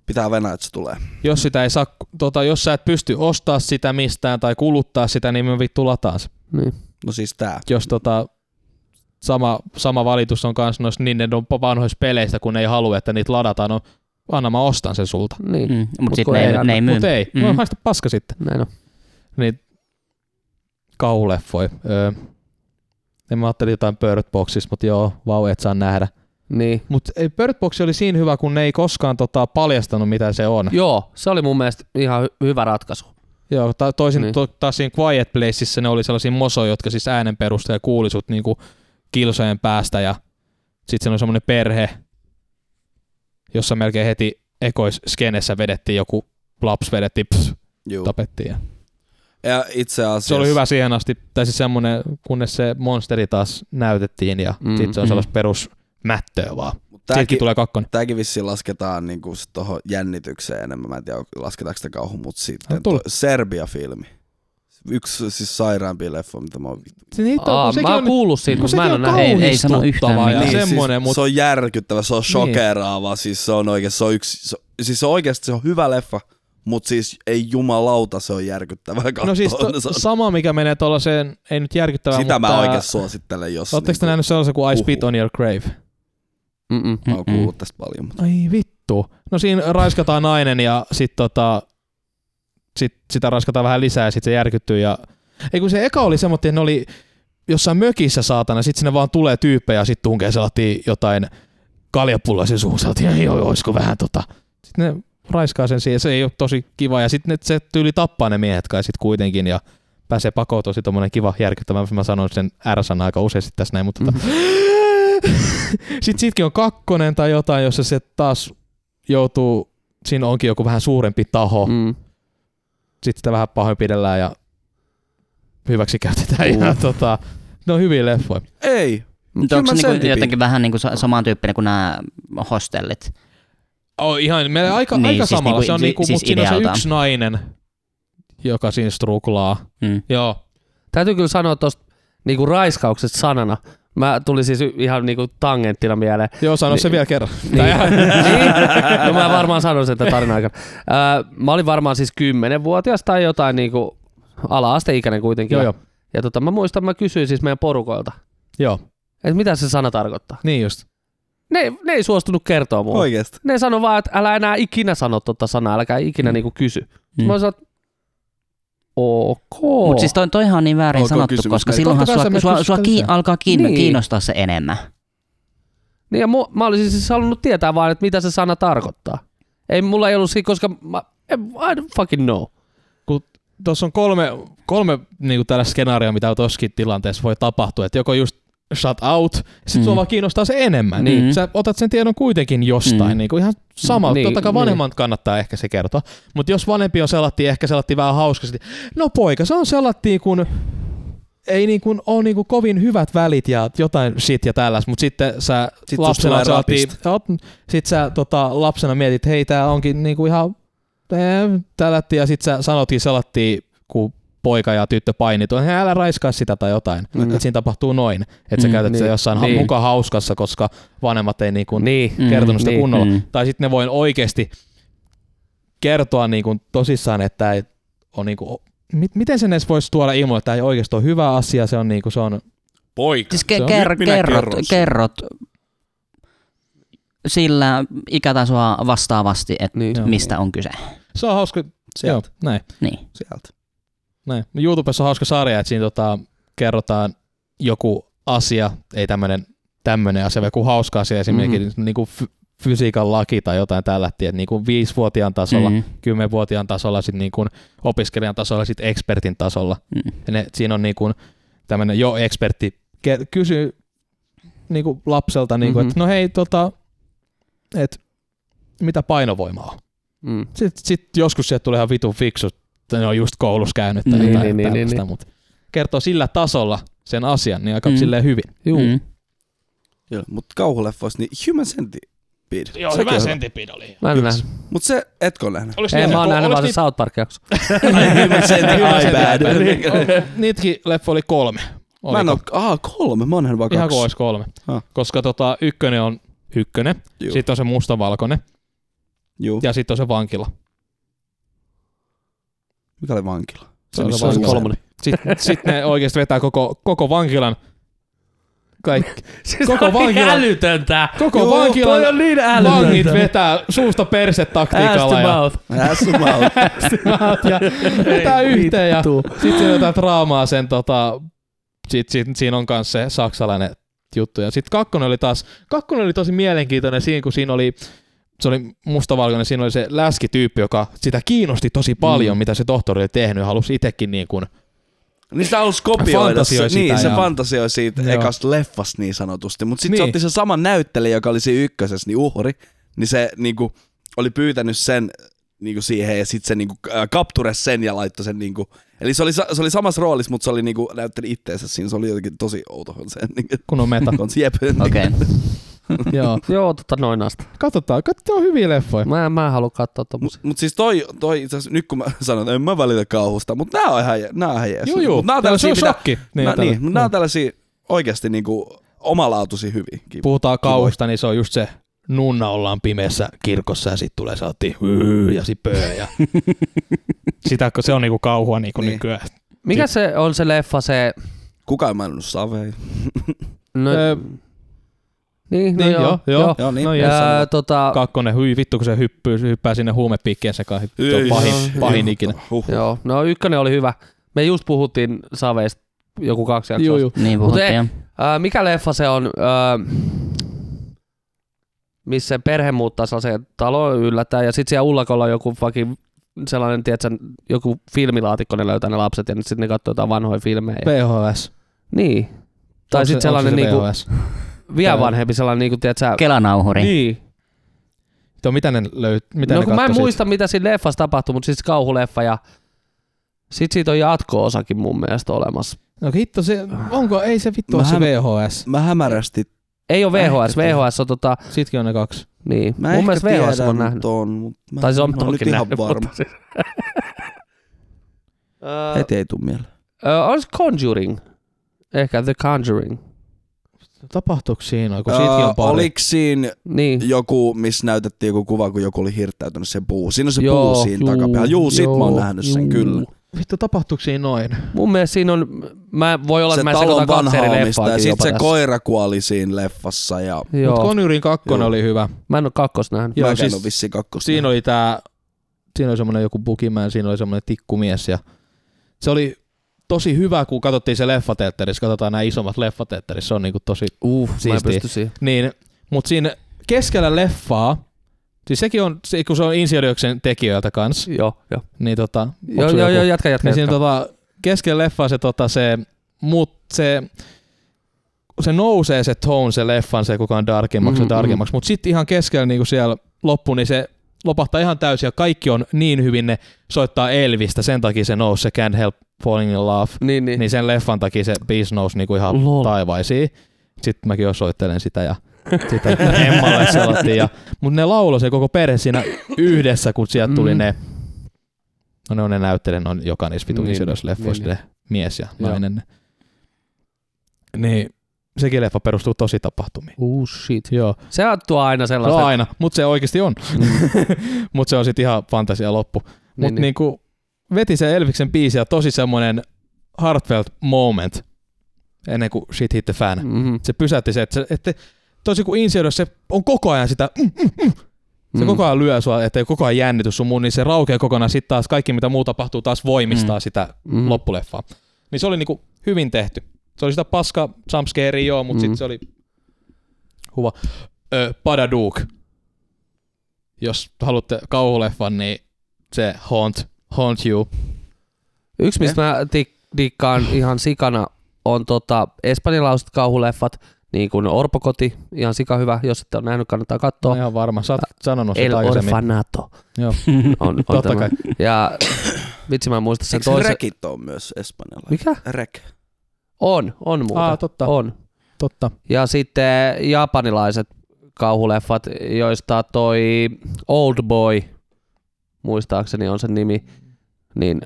S4: pitää venää, että se tulee.
S2: Jos, sitä ei saa, tota, jos sä et pysty ostaa sitä mistään tai kuluttaa sitä, niin me vittu lataan se.
S1: Niin.
S4: No siis tää.
S2: Jos tota, sama, sama valitus on kans noista Nintendon vanhoista peleistä, kun ne ei halua, että niitä ladataan, no anna mä ostan sen sulta.
S1: niin.
S3: Mm.
S1: Mut
S3: Mutta sitten
S1: kun
S3: ne,
S1: ei
S3: ei-
S1: anna-
S3: ne ei myy.
S2: Mut ei,
S3: Mm.
S2: no haista paska sitten.
S1: Näin on.
S2: niin kauhuleffoi. Öö, en mä ajattelin jotain Bird Boxista, mutta joo, vau, et saa nähdä.
S1: Niin.
S2: Mutta Bird Box oli siinä hyvä, kun ne ei koskaan tota, paljastanut, mitä se on.
S1: Joo, se oli mun mielestä ihan hy- hyvä ratkaisu.
S2: Joo, ta- toisin
S1: Niin.
S2: niin. to- taas siinä Quiet Placeissa ne oli sellaisia mosoja, jotka siis äänen perusteella kuuli sut niinku kilsojen päästä ja sitten siellä on semmoinen perhe, jossa melkein heti ekoisskenessä vedettiin joku laps vedettiin, pss,
S4: Juu.
S2: tapettiin. Ja
S4: Ja itse asiassa...
S2: Se oli hyvä siihen asti, tai siis semmoinen, kunnes se monsteri taas näytettiin ja
S1: Mm,
S2: mm, sitten se on
S3: mm.
S2: sellaista perus mättöä vaan.
S4: Mut
S2: Siitäkin
S4: Tääkin,
S2: tulee kakkonen.
S4: tääkin vissiin lasketaan niinku sit tohon jännitykseen enemmän. Mä en tiedä, lasketaanko sitä kauhu, mut sitten
S2: No, tuli.
S4: toi Serbia-filmi. Yksi siis sairaampi leffa, mitä mä oon vittu.
S2: Se, niitä on,
S1: Aa,
S2: Niin kun sekin
S1: mä oon
S2: on,
S1: kuullut siitä,
S2: kun
S1: mutta mä en
S2: sekin
S1: ole
S2: on
S1: nähnyt.
S3: ei-
S2: kauhistuttava
S3: ei sano yhtään
S2: ja Niin.
S3: mitään.
S4: Niin,
S2: semmoinen,
S4: siis, se
S2: mutta
S4: on järkyttävä, se on shokeraava, siis se on oikeesti, se on yksi, se, on- siis se on oikeesti se on hyvä leffa, mutta siis ei jumalauta, se on järkyttävä katsoa.
S2: no siis to,
S4: Se on-
S2: sama, mikä menee tuollaiseen, ei nyt järkyttävään,
S4: Sitä
S2: mutta...
S4: mä oikein suosittelen, jos...
S1: Uhuh.
S4: niinku
S2: Oletteko te nähnyt sellaisen kuin I Spit
S4: Huhu.
S2: on Your Grave?
S1: Mm-mm.
S4: Mä oon
S3: Mm-mm.
S4: kuullut tästä paljon. Mutta.
S2: Ai vittu. No siinä raiskataan nainen ja sit tota, sit, sitä raiskataan vähän lisää ja sit se järkyttyy. Ja... Ei kun se eka oli semmoinen, että ne oli jossain mökissä saatana, sit sinne vaan tulee tyyppejä ja sit tunkee sellainen jotain kaljapulloa sen suuhun. Sellainen, ei joo, olisiko vähän tota. Sitten ne raiskaa sen siihen, se ei ole tosi kiva. Ja sitten se tyyli tappaa ne miehet kai sit kuitenkin ja pääsee pakoon tosi tommonen kiva järkyttävä. Mä sanon sen R-sanan aika useasti tässä näin, mutta tota. Sitten siitäkin on kakkonen tai jotain, jossa se taas joutuu, siinä onkin joku vähän suurempi taho, mm.
S1: Mm.
S2: sitten sitä vähän pahoinpidellään ja hyväksi käytetään.
S4: Mm.
S2: Ja tota, ne on hyviä leffoja.
S4: Ei.
S3: Mutta
S4: Kyllä
S3: onko
S4: mä
S3: se
S4: sen
S3: niinku
S4: tipin.
S3: jotenkin vähän niinku sa- samantyyppinen kuin nämä hostellit?
S2: Oh, ihan, meillä aika, niin,
S3: Niin,
S2: aika
S3: siis
S2: samalla.
S3: niinku-
S2: se on
S3: si-
S2: niinku,
S3: siis
S2: mut siinä on se
S3: idealtaan.
S2: yksi nainen, joka siinä struklaa.
S3: Mm.
S2: Joo.
S1: Täytyy kyllä sanoa tuosta niinku raiskauksesta sanana. Mä tuli siis y- ihan niinku tangenttina mieleen.
S2: Joo, sano
S1: Niin.
S2: se vielä kerran.
S1: Niin. niin. No mä varmaan sanon sen tämän tarinan aikana. Ää, mä olin varmaan siis 10-vuotias tai jotain niinku ala-asteikäinen kuitenkin.
S2: joo, joo.
S1: Ja tota, mä muistan, mä kysyin siis meidän porukoilta,
S2: Joo,
S1: että mitä se sana tarkoittaa.
S2: niin just.
S1: Ne, ne ei suostunut kertoa mulle.
S4: Oikeesti.
S1: Ne sanoi vaan, että älä enää ikinä sano tota sanaa, älkää ikinä niinku kysy. Mm.
S3: Mm.
S1: Mä sanoin, että ok.
S3: Mutta siis toi, toihan on niin väärin
S4: Onko
S3: okay, sanottu,
S4: kysymys
S3: koska
S4: näin?
S3: silloinhan
S2: Totta kai
S3: sua,
S2: sä menet
S3: sua, sua
S2: kysyttelemään
S3: kiin,
S2: lisää.
S3: alkaa kiin,
S1: Niin.
S3: niin. kiinnostaa se enemmän.
S1: Niin ja mu, mä olisin siis halunnut tietää vaan, että mitä se sana tarkoittaa. Ei mulla ei ollut siinä, koska mä, en- I don't fucking know.
S2: tuossa on kolme, kolme niin tällaista skenaarioa, mitä tossakin tilanteessa voi tapahtua. Että joko just shut out, sit mm. sua
S3: Mm.
S2: vaan kiinnostaa se enemmän.
S3: Niin.
S2: Sä otat sen tiedon kuitenkin jostain, mm.
S3: Mm.
S2: niin kuin ihan sama.
S1: Niin,
S2: Niin, Totta kai
S1: niin.
S2: vanhemmat kannattaa ehkä se kertoa. Mutta jos vanhempi on sellatti, ehkä sellatti vähän hauska, sit, no poika, se on sellatti, kun ei niin kuin ole niin kuin kovin hyvät välit ja jotain shit ja tällaista, mutta sitten sä
S4: Sit
S2: lapsena
S4: susta tulee
S2: saatiin- Op, sit sä tota, lapsena mietit, hei tää onkin niinku ihan eh, tällätti ja sit sä sanotkin salatti, kun poika ja tyttö painit, on, älä raiskaa sitä tai jotain.
S1: Mm.
S2: Mm. Et siinä tapahtuu noin, että sä
S3: Mm,
S2: käytät niin, se
S1: niin,
S2: jossain
S1: niin.
S2: niin. muka hauskassa, koska vanhemmat ei niinku
S1: Niin.
S2: mm, kertonut sitä
S1: niin,
S2: niin, kunnolla.
S3: mm.
S2: Mm. Tai sitten ne voi oikeasti kertoa niinku tosissaan, että tää ei on niinku, mi- miten sen edes voisi tuoda ilmoille, että tämä ei oikeasti ole hyvä asia, se on niinku, se on
S4: Poika.
S3: Siis
S2: Se
S3: ke-
S2: on-
S3: ker-
S4: Nyt minä
S3: kerrot,
S4: kerron sen.
S3: kerrot sillä ikätasoa vastaavasti, että
S1: Niin.
S2: Joo.
S3: mistä on kyse.
S2: Se on hauska. Joo,
S4: Sieltä.
S2: näin.
S3: Niin.
S4: Sieltä.
S2: näin. No, YouTubessa on hauska sarja, että siinä tota, kerrotaan joku asia, ei tämmöinen tämmöinen asia, vaan joku hauska asia, esimerkiksi mm-hmm. niin kuin fysiikan laki tai jotain tällä, tiedät, niin kuin viisivuotiaan tasolla,
S3: Mm.
S2: kymmenvuotiaan tasolla, sitten niin kuin opiskelijan tasolla, sitten ekspertin tasolla.
S3: Mm.
S2: Ja ne, siinä on niin kuin tämmöinen jo ekspertti ke- kysyy niin kuin lapselta, niin kuin,
S1: Mhm.
S2: mm-hmm. että no hei, tota, et, mitä painovoima on?
S1: Mm.
S2: Sitten sit joskus sieltä tulee ihan vitun fiksu, että ne on just koulussa käynyt tai
S3: Niin,
S2: jotain
S1: niin, niin,
S2: tällaista,
S1: niin, niin.
S2: mutta kertoo sillä tasolla sen asian, niin aika
S3: Mm.
S2: mm. silleen hyvin.
S1: Juu. Mm.
S3: Mm.
S4: Joo. Mut kauhuleffoissa, niin Human Centipede. Sekin on
S2: sentipid oli.
S1: Mä en
S4: Just.
S1: nähnyt.
S4: Mut se, etkö ole nähnyt?
S2: Oliko
S1: Ei, mä oon nähnyt vaan se South Park jakso.
S4: Human
S2: niitä. Niitäkin leffa oli kolme.
S4: Mä en
S2: Oliko?
S4: oo, aa kolme, mä oon nähnyt vaan
S2: Ihan
S4: kaksi.
S2: kuin olisi kolme.
S4: Ah.
S2: Koska tota, ykkönen on ykkönen,
S4: Juu,
S2: sitten on se mustavalkoinen
S4: juu.
S2: ja sitten on se vankila.
S4: Mikä oli vankila?
S2: Se oli
S4: missä
S1: Se on
S2: Kolmonen.
S1: kolmonen.
S2: Sitten sit ne oikeasti vetää koko, koko vankilan kaikki.
S1: Siis
S2: Koko
S1: on niin
S2: vankila-
S1: älytöntä.
S2: Koko
S1: Juu,
S2: vankilan
S1: toi on niin älytöntä.
S2: Vangit vetää suusta perset
S1: Ass to
S2: taktiikalla ja
S1: mouth.
S4: Ass to mouth.
S2: ja vetää
S1: Ei
S2: yhteen ja
S1: vittu.
S2: sitten siinä on jotain draamaa sen tota, sit, sit, siinä on myös se saksalainen juttu. Ja sitten kakkonen oli taas, kakkonen oli tosi mielenkiintoinen siinä, kun siinä oli se oli mustavalkoinen, siinä oli se läskityyppi, joka sitä kiinnosti tosi paljon, mm. mitä se tohtori oli tehnyt, ja halusi itsekin niin kuin,
S4: Niin sitä halusi kopioida. Se,
S2: Fantasioi sitä
S4: niin, se
S2: ja-
S4: fantasioi siitä
S2: Joo.
S4: ekasta leffasta niin sanotusti. Mutta sitten niin. se
S2: Niin.
S4: otti sen saman näyttelijä, joka oli siinä ykkösessä, niin uhri. Niin se niinku, oli pyytänyt sen niinku siihen ja sitten se niinku, äh, captures sen ja laittoi sen. Niinku. Eli se oli, sa- se oli samassa roolissa, mutta se oli niinku, näytteli itteensä siinä. Se oli jotenkin tosi outo se. Niinku,
S2: kun on meta.
S4: on se jep.
S3: Okei.
S2: Joo.
S1: Joo, tota noin asti.
S2: Katsotaan, katsotaan hyviä leffoja.
S1: Mä, mä en halua katsoa
S4: Mutta
S1: tommosia.
S4: mut siis toi, toi itse asiassa, nyt kun mä sanon, että en mä välitä kauhusta, mutta nää on ihan, je- nää on ihan jees.
S2: Juu, juu.
S4: Mut nää on
S2: Tää on
S4: tällaisia, mitä,
S2: shokki.
S4: niin, nää,
S2: tällä-
S4: niin, mut nää on tällaisia oikeasti niinku omalaatuisia hyviä. Kiva.
S2: puhutaan kauhusta, niin se on just se nunna ollaan pimeässä kirkossa ja sitten tulee saatti hyy ja sit pöö ja sitä, kun se on niinku kauhua niinku
S4: Niin.
S2: niin. nykyään.
S1: Mikä se on se leffa se...
S4: Kuka ei maininnut saveja?
S1: No,
S2: Öö,
S1: Niin, no
S2: Niin,
S1: joo,
S2: joo, joo.
S4: Joo, niin.
S2: No
S1: Ja,
S2: joo.
S1: tota,
S2: Kakkonen, hyi vittu kun se hyppyy, hyppää sinne huumepiikkien sekaan. Hyppyy. Se on
S4: Ei,
S2: pahin,
S1: joo,
S2: pahin
S4: joo.
S2: ikinä.
S4: Huh.
S1: joo, no ykkönen oli hyvä. Me just puhuttiin Saveista joku kaksi jaksoa.
S2: joo.
S3: Niin
S1: Mut
S3: puhuttiin.
S1: ei-
S3: jo.
S1: Ää, mikä leffa se on, ää, missä se perhe muuttaa sellaiseen taloon yllättäen ja sitten siellä ullakolla on joku fucking sellainen, tiedätkö, joku filmilaatikko, ne löytää ne lapset ja sitten ne katsoo jotain vanhoja filmejä. Pe-
S2: PHS.
S1: niin. Tai sitten sellainen niinku, vielä vanhempi sellainen, niinku, tiedätkö,
S3: Kelanauhuri.
S1: niin.
S2: Tuo, mitä ne löyt, mitä
S1: no
S2: ne
S1: kun mä en
S2: kattoi
S1: muista, mitä siinä leffassa tapahtui, mutta siis kauhuleffa ja sit siitä on jatko-osakin mun mielestä olemassa.
S2: siitä? No hitto, se, onko, ei se vittu ole se
S4: Mähän-
S2: VHS.
S4: Mä hämärästi.
S1: Ei ole VHS,
S4: Ehkä tiedä.
S1: VHS on tota,
S2: Sitkin on ne kaksi.
S1: niin.
S4: Mä
S1: mun
S4: ehkä
S1: mielestä VHS on
S4: tiedän
S1: nähnyt.
S4: Ton, mutta mä,
S1: Tai se on
S4: mä oon nyt
S1: toki
S4: ihan
S1: nähnyt,
S4: varma.
S1: mutta siis. Ö,
S4: Heti ei tuu mieleen.
S1: ö, Olis Conjuring? Ehkä The Conjuring.
S2: Tapahtuuko siinä, kun
S4: Öö,
S2: sitkin on pari?
S4: Oliko siinä
S1: Niin.
S4: joku, missä näytettiin joku kuva, kun joku oli hirttäytynyt se puu? Siinä on se
S1: Joo,
S4: puu siinä
S1: juu,
S4: takapihalla. Juu, sit mä oon
S1: joo,
S4: nähnyt sen
S1: juu.
S4: kyllä.
S2: Vittu, tapahtuuko siinä noin?
S1: Mun mielestä siinä on, mä voi olla,
S4: se
S1: että mä
S4: talon
S1: sekoitan kaksi
S4: vanha
S1: eri
S4: omista ja
S1: leffaakin
S4: sit
S1: jopa
S4: se
S1: tässä.
S4: koira kuoli siinä leffassa ja
S2: Mutta
S1: Joo,
S2: Conjuring 2
S4: Joo.
S2: oli hyvä.
S1: mä en oo kakkos nähnyt.
S2: Joo,
S4: Joo, mä siis,
S2: siis
S4: en ole vissiin kakkosta.
S2: Siinä oli tää, siinä oli semmonen joku Bukimään, siinä oli semmonen tikkumies ja se oli tosi hyvä, kun katsottiin se leffateatterissa, katsotaan nämä isommat leffateatterissa, se on niinku tosi,
S1: Uh, mä en
S2: siistiä.
S1: pysty siihen.
S2: niin, mut siinä keskellä leffaa, siis sekin on, se- kun se on Insidioksen tekijöiltä kans,
S1: Joo, joo.
S2: niin tota, onks
S1: Joo,
S2: sulla
S1: joo,
S2: joku-
S1: joo, jatka, jatka,
S2: niin siinä
S1: jatka.
S2: tota, keskellä leffaa se, tota, se, mut, se, se nousee se tone, se leffan, se kuka on darkimmaksi
S1: Mhm,
S2: mm-hmm, ja darkimmaksi, mutta sitten ihan keskellä niin siellä loppu, niin se lopahtaa ihan täysin ja kaikki on niin hyvin, ne soittaa Elvistä, sen takia se nousi, se Can't Help Falling in Love,
S1: Niin, niin.
S2: niin sen leffan takia se biisi nousi niinku ihan
S1: Lol.
S2: taivaisiin. Sitten mäkin osoittelen sitä ja sitten Emmalle selattiin. Ja, mutta ne lauloi se koko perhe siinä yhdessä, kun sieltä tuli
S1: Mm.
S2: ne, no ne on ne näyttelijät, ne on joka niissä vitun
S1: Niin,
S2: niin, sidosleffoissa
S1: niin,
S2: niin, mies ja
S1: Joo.
S2: nainen. Niin sekin leffa perustuu tosi tapahtumiin.
S1: Uh, shit.
S2: Joo,
S1: Se tuo aina
S2: se on
S1: sellaista.
S2: aina, mutta se oikeasti on. mutta se on sitten ihan fantasia loppu. Mutta niin, niinku, veti se Elviksen biisi ja tosi semmoinen heartfelt moment ennen kuin shit hit the fan. Mm.
S1: Mhm,
S2: Se pysäytti se, että, se, että tosi kuin Insidious, se on koko ajan sitä, mm, se
S1: mhm.
S2: koko ajan lyö sua, ettei koko ajan jännitys sun muu, niin se raukeaa kokonaan. Sitten taas kaikki mitä muu tapahtuu taas voimistaa
S3: Mm.
S2: mm. sitä
S1: Mhm.
S2: mm. loppuleffaa. Niin se oli niinku hyvin tehty. Se oli sitä paska jumpscarea joo, mutta
S1: Mm.
S2: mm. sitten se oli huva. Ö, Padaduuk. Jos haluatte kauhuleffan, niin se Haunt, Haunt You.
S1: Yksi, mistä mä tik- dikkaan ihan sikana, on tota, espanjalaiset kauhuleffat, niin kuin Orpokoti, ihan sika hyvä, jos ette ole nähnyt, kannattaa
S2: Mä
S1: katsoa.
S2: oon ihan varma. Sä oot sanonut
S1: El
S2: sitä aikaisemmin.
S1: Orfanato.
S2: Joo.
S1: On, on
S2: Totta
S1: tämä.
S2: kai.
S1: Ja vitsi mä en muista sen
S4: Eikö toisen...
S1: toisen.
S4: rekit on myös espanjalainen?
S1: Mikä?
S4: Rek.
S1: On, on muuta.
S2: Aa, totta.
S1: On.
S2: Totta.
S1: Ja sitten japanilaiset kauhuleffat, joista toi Old Boy, muistaakseni on sen nimi, niin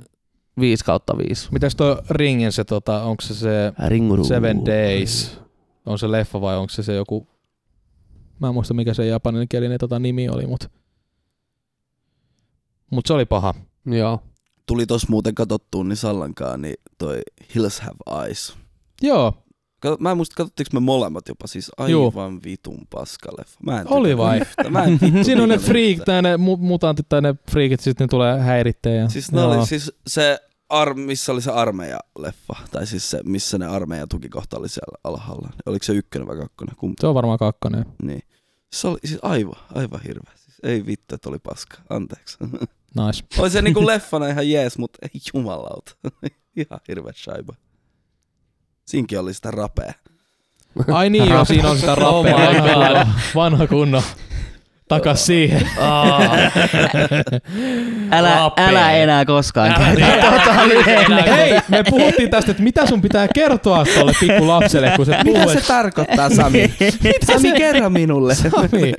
S1: 5 kautta 5.
S2: Mitäs toi Ringen se, tota, onko se se
S1: Ringuru.
S2: Seven Days? On se leffa vai onko se se joku... Mä en muista mikä se japaninkielinen tota, nimi oli, mut... Mut se oli paha.
S1: Joo.
S4: Tuli tos muuten katsottuun niin Sallankaan, niin toi Hills Have Eyes.
S2: Joo,
S4: Kato, mä en muista, katsottiinko me molemmat jopa, siis
S2: Juu.
S4: aivan vitun paskaleffa. Mä en
S2: Oli
S4: tykännyt
S2: vai?
S4: yhtään. Mä en vittu
S2: Siinä on ne
S4: tykännyt
S2: freak,
S4: yhtään.
S2: tai ne mu- mutantit tai ne freakit, sitten ne tulee häiritteen. Ja,
S4: Siis ne oli, siis se ar- missä oli se armeijaleffa, tai siis se, missä ne armeijan tukikohta oli siellä alhaalla. Oliko se ykkönen vai kakkonen? Kumpi?
S2: Se on varmaan kakkonen.
S4: Niin. Se oli siis aivan, aivan hirveä. Siis ei vittu, että oli paska. Anteeksi.
S2: Nice.
S4: Oli se niinku leffana ihan jees, mutta ei jumalauta. ihan hirveä shaiba. Siinkin oli sitä rapea.
S2: Ai niin, joo, siinä on sitä
S1: Oh my
S2: rappea.
S1: God.
S2: vanha, vanha kunno. Takas siihen.
S1: Aa.
S3: Älä,
S1: Lapeen.
S3: älä enää koskaan käytä.
S2: Hei, me puhuttiin tästä, että mitä sun pitää kertoa tuolle pikku lapselle, kun se puhuu, että
S4: tarkoittaa, Sami? Sami, kerro minulle.
S2: Sami,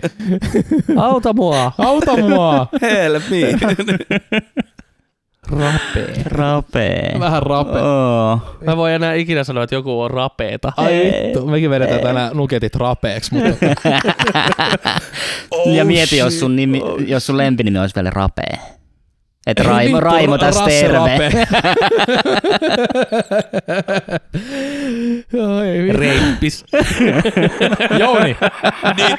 S1: Auta mua.
S2: No niin, auta mua.
S4: Help me.
S1: Rapee.
S3: Rapee.
S2: Vähän rape.
S3: Oo.
S1: Mä voin enää ikinä sanoa, että joku on rapeeta.
S2: Ai vittu, mekin vedetään tänään nuketit rapeeksi, mutta
S3: ja mieti, jos sun, nimi, jos sun lempinimi olisi vielä rapee. Että
S2: Ei
S3: Raimo,
S2: vittu,
S3: Raimo
S2: ra-
S3: tässä
S2: rasserape.
S3: terve.
S2: Joo, ei vittu.
S1: Reippis.
S2: Jouni,
S4: Nyt,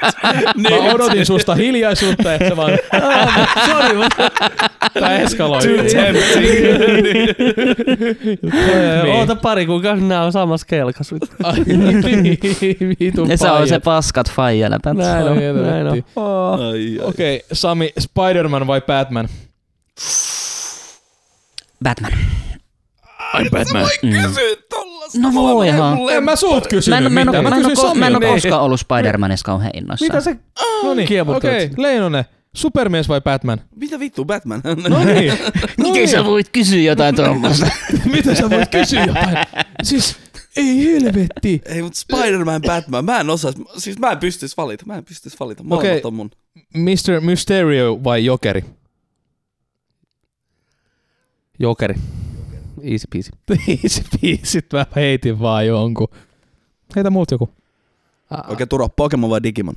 S2: mä
S4: nyt.
S2: odotin susta hiljaisuutta, että sä vaan, "Ah, sorry, mutta tää eskaloi. Niin.
S4: Too tempting.
S1: Oota pari kuukautta, nämä on samassa kelkassa.
S2: Niin. Ai, niin. Vitu
S3: Ja se on se
S2: paijat.
S3: paskat faijaläpät.
S1: Näin on,
S2: Ai helvetti.
S1: näin on. Oh.
S4: Ai, ai.
S2: Okei, okay, Sami, Spider-Man vai Batman?
S3: Batman. Mm.
S1: I'm Batman.
S4: Voi kysyä tollasta.
S3: No
S4: Mulla menee
S3: voihan.
S4: mun
S2: En mä suut
S3: Mä
S2: kysynyt
S3: en, mä en,
S2: mitään.
S3: oo- mä en, oo
S2: kysyin
S3: ko- mä en ole
S2: Samilta.
S3: koskaan ollut Spider-Manissa kauhean innoissaan.
S1: Mitä se
S2: No niin,
S1: Kiemurtelet.
S2: okei. Leinonen, Supermies vai Batman?
S4: Mitä vittu, Batman?
S2: No niin. No
S3: Miten sä voit kysyä jotain tuommoista?
S2: Miten sä voit kysyä jotain? Siis, ei helvetti.
S4: Ei, mutta Spider-Man, Batman, mä en osaa, siis mä en pystyis valita, mä en pystyis valita, molemmat
S2: Okei.
S4: okay. on mun.
S2: Mr. Mysterio vai Jokeri?
S1: Jokeri. Easy peasy.
S2: Easy biisit, mä heitin vaan jonkun. Heitä muut joku.
S1: Ah,
S4: Okei, Turo, Pokemon vai Digimon?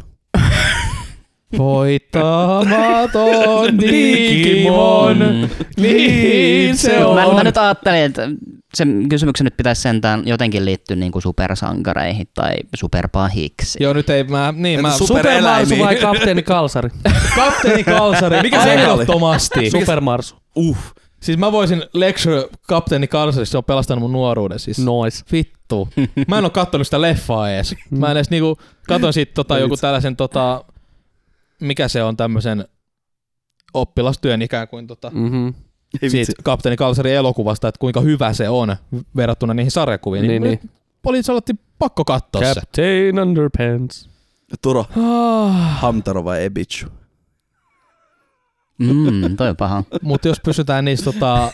S2: Voittamaton Digimon, niin se on.
S3: Mä, mä nyt ajattelin, että sen kysymyksen nyt pitäisi sentään jotenkin liittyä niin kuin supersankareihin tai superpahiksi.
S2: Joo, nyt ei, mä, niin,
S4: Entä
S2: mä,
S4: super-
S1: Super Marsu
S4: Supereläimiä.
S1: vai Kapteeni Kalsari?
S2: kapteeni Kalsari,
S4: Mikä se eka oli?
S2: ehdottomasti.
S1: Super Marsu.
S4: Uh,
S2: Siis mä voisin lecture kapteeni Kalsarista, se on pelastanut mun nuoruuden siis.
S4: No.
S1: Nois.
S2: Vittu. Mä en oo kattonut sitä leffaa ees. Mä en edes niinku, katon sit tota joku tällaisen tota, mikä se on tämmösen oppilastyön ikään kuin tota,
S1: Mm-hmm.
S4: ei
S2: siitä
S4: vitsi.
S2: kapteeni Kalsarin elokuvasta, että kuinka hyvä se on verrattuna niihin sarjakuviin.
S1: Niin, niin.
S2: Poliisi aloitti pakko katsoa se.
S1: Captain Underpants.
S4: Turo,
S2: Ah,
S4: Hamtaro vai Ebichu?
S3: Mm, toi on paha.
S2: Mutta jos pysytään niissä tota,